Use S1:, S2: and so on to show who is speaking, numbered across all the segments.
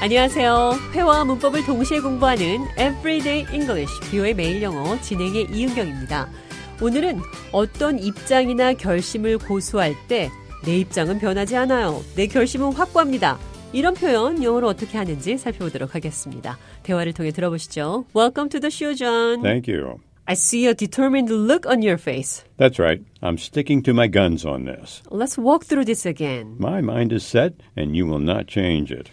S1: 안녕하세요. 회화와 문법을 동시에 공부하는 Everyday English, 뷰의 매일 영어 진행의 이은경입니다. 오늘은 어떤 입장이나 결심을 고수할 때 내 입장은 변하지 않아요. 내 결심은 확고합니다. 이런 표현 영어로 어떻게 하는지 살펴보도록 하겠습니다. 대화를 통해 들어보시죠. Welcome to the show, John.
S2: Thank you.
S1: I see a determined look on your face.
S2: That's right. I'm sticking to my guns on this.
S1: Let's walk through this again.
S2: My mind is set, and you will not change it.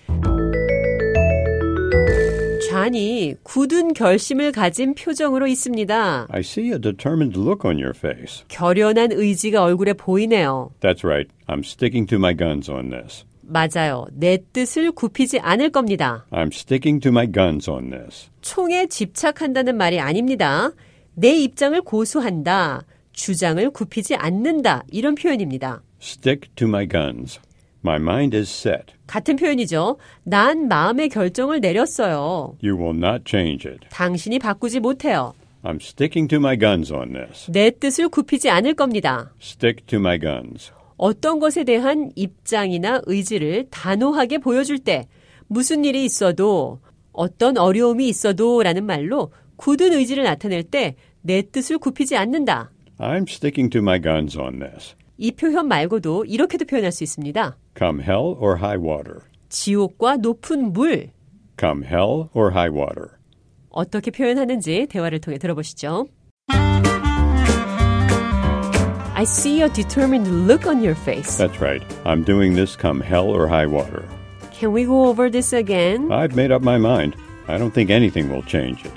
S1: 잔이 굳은 결심을 가진 표정으로 있습니다.
S2: I see a determined look on your face.
S1: 결연한 의지가 얼굴에 보이네요.
S2: That's right. I'm sticking to my guns on this.
S1: 맞아요. 내 뜻을 굽히지 않을 겁니다.
S2: I'm sticking to my guns on this.
S1: 총에 집착한다는 말이 아닙니다. 내 입장을 고수한다. 주장을 굽히지 않는다. 이런 표현입니다.
S2: Stick to my guns. My mind is set.
S1: 같은 표현이죠. 난 마음의 결정을 내렸어요.
S2: You will not change it.
S1: 당신이 바꾸지 못해요.
S2: I'm sticking to my guns on this.
S1: 내 뜻을 굽히지 않을 겁니다.
S2: Stick to my guns.
S1: 어떤 것에 대한 입장이나 의지를 단호하게 보여줄 때 무슨 일이 있어도 어떤 어려움이 있어도라는 말로 굳은 의지를 나타낼 때 내 뜻을 굽히지 않는다.
S2: I'm sticking to my guns on this.
S1: 이 표현 말고도 이렇게도 표현할 수 있습니다.
S2: Come hell or high water.
S1: 지옥과 높은 물
S2: Come hell or high water.
S1: 어떻게 표현하는지 대화를 통해 들어보시죠. I see a determined look on your face.
S2: That's right. I'm doing this come hell or high water.
S1: Can we go over this again?
S2: I've made up my mind. I don't think anything will change it.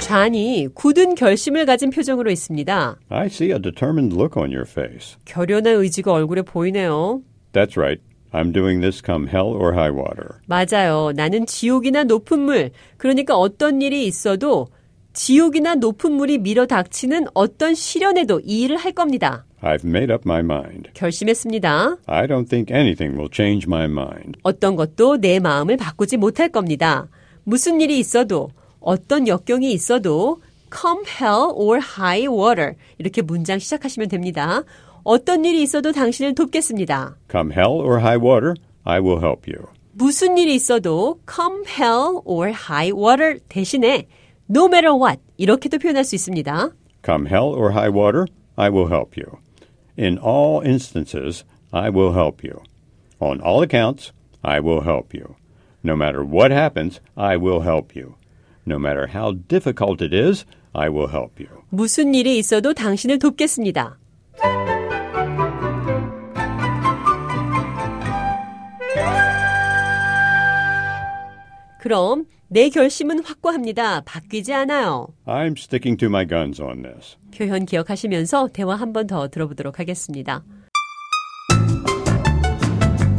S1: 잔이 굳은 결심을 가진 표정으로 있습니다.
S2: I see a determined look on your face.
S1: 결연한 의지가 얼굴에 보이네요.
S2: That's right. I'm doing this come hell or high water.
S1: 맞아요. 나는 지옥이나 높은 물, 그러니까 어떤 일이 있어도 지옥이나 높은 물이 밀어 닥치는 어떤 시련에도 이 일을 할 겁니다.
S2: I've made up my mind.
S1: 결심했습니다.
S2: I don't think anything will change my mind.
S1: 어떤 것도 내 마음을 바꾸지 못할 겁니다. 무슨 일이 있어도 어떤 역경이 있어도 come hell or high water 이렇게 문장 시작하시면 됩니다. 어떤 일이 있어도 당신을 돕겠습니다.
S2: Come hell or high water, I will help you.
S1: 무슨 일이 있어도 come hell or high water 대신에 no matter what 이렇게도 표현할 수 있습니다.
S2: Come hell or high water, I will help you. In all instances, I will help you. On all accounts, I will help you. No matter what happens, I will help you. No matter how difficult it is, I will help you.
S1: 무슨 일이 있어도 당신을 돕겠습니다. 그럼 내 결심은 확고합니다. 바뀌지 않아요.
S2: I'm sticking to my guns on this.
S1: 표현 기억하시면서 대화 한 번 더 들어보도록 하겠습니다.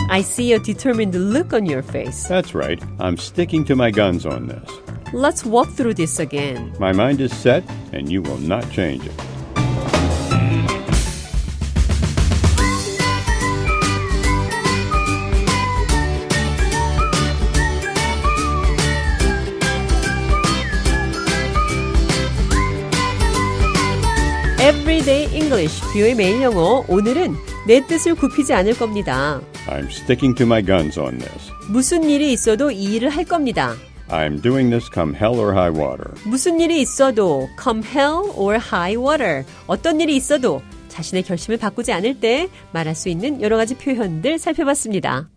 S1: I see a determined look on your face.
S2: That's right, I'm sticking to my guns on this.
S1: Let's walk through this again.
S2: My mind is set, and you will not change it.
S1: Everyday English, 뷰의 매일 영어. 오늘은 내 뜻을 굽히지 않을 겁니다.
S2: I'm sticking to my guns on this.
S1: 무슨 일이 있어도 이 일을 할 겁니다.
S2: I'm doing this come hell or high water.
S1: 무슨 일이 있어도 come hell or high water. 어떤 일이 있어도 자신의 결심을 바꾸지 않을 때 말할 수 있는 여러 가지 표현들 살펴봤습니다.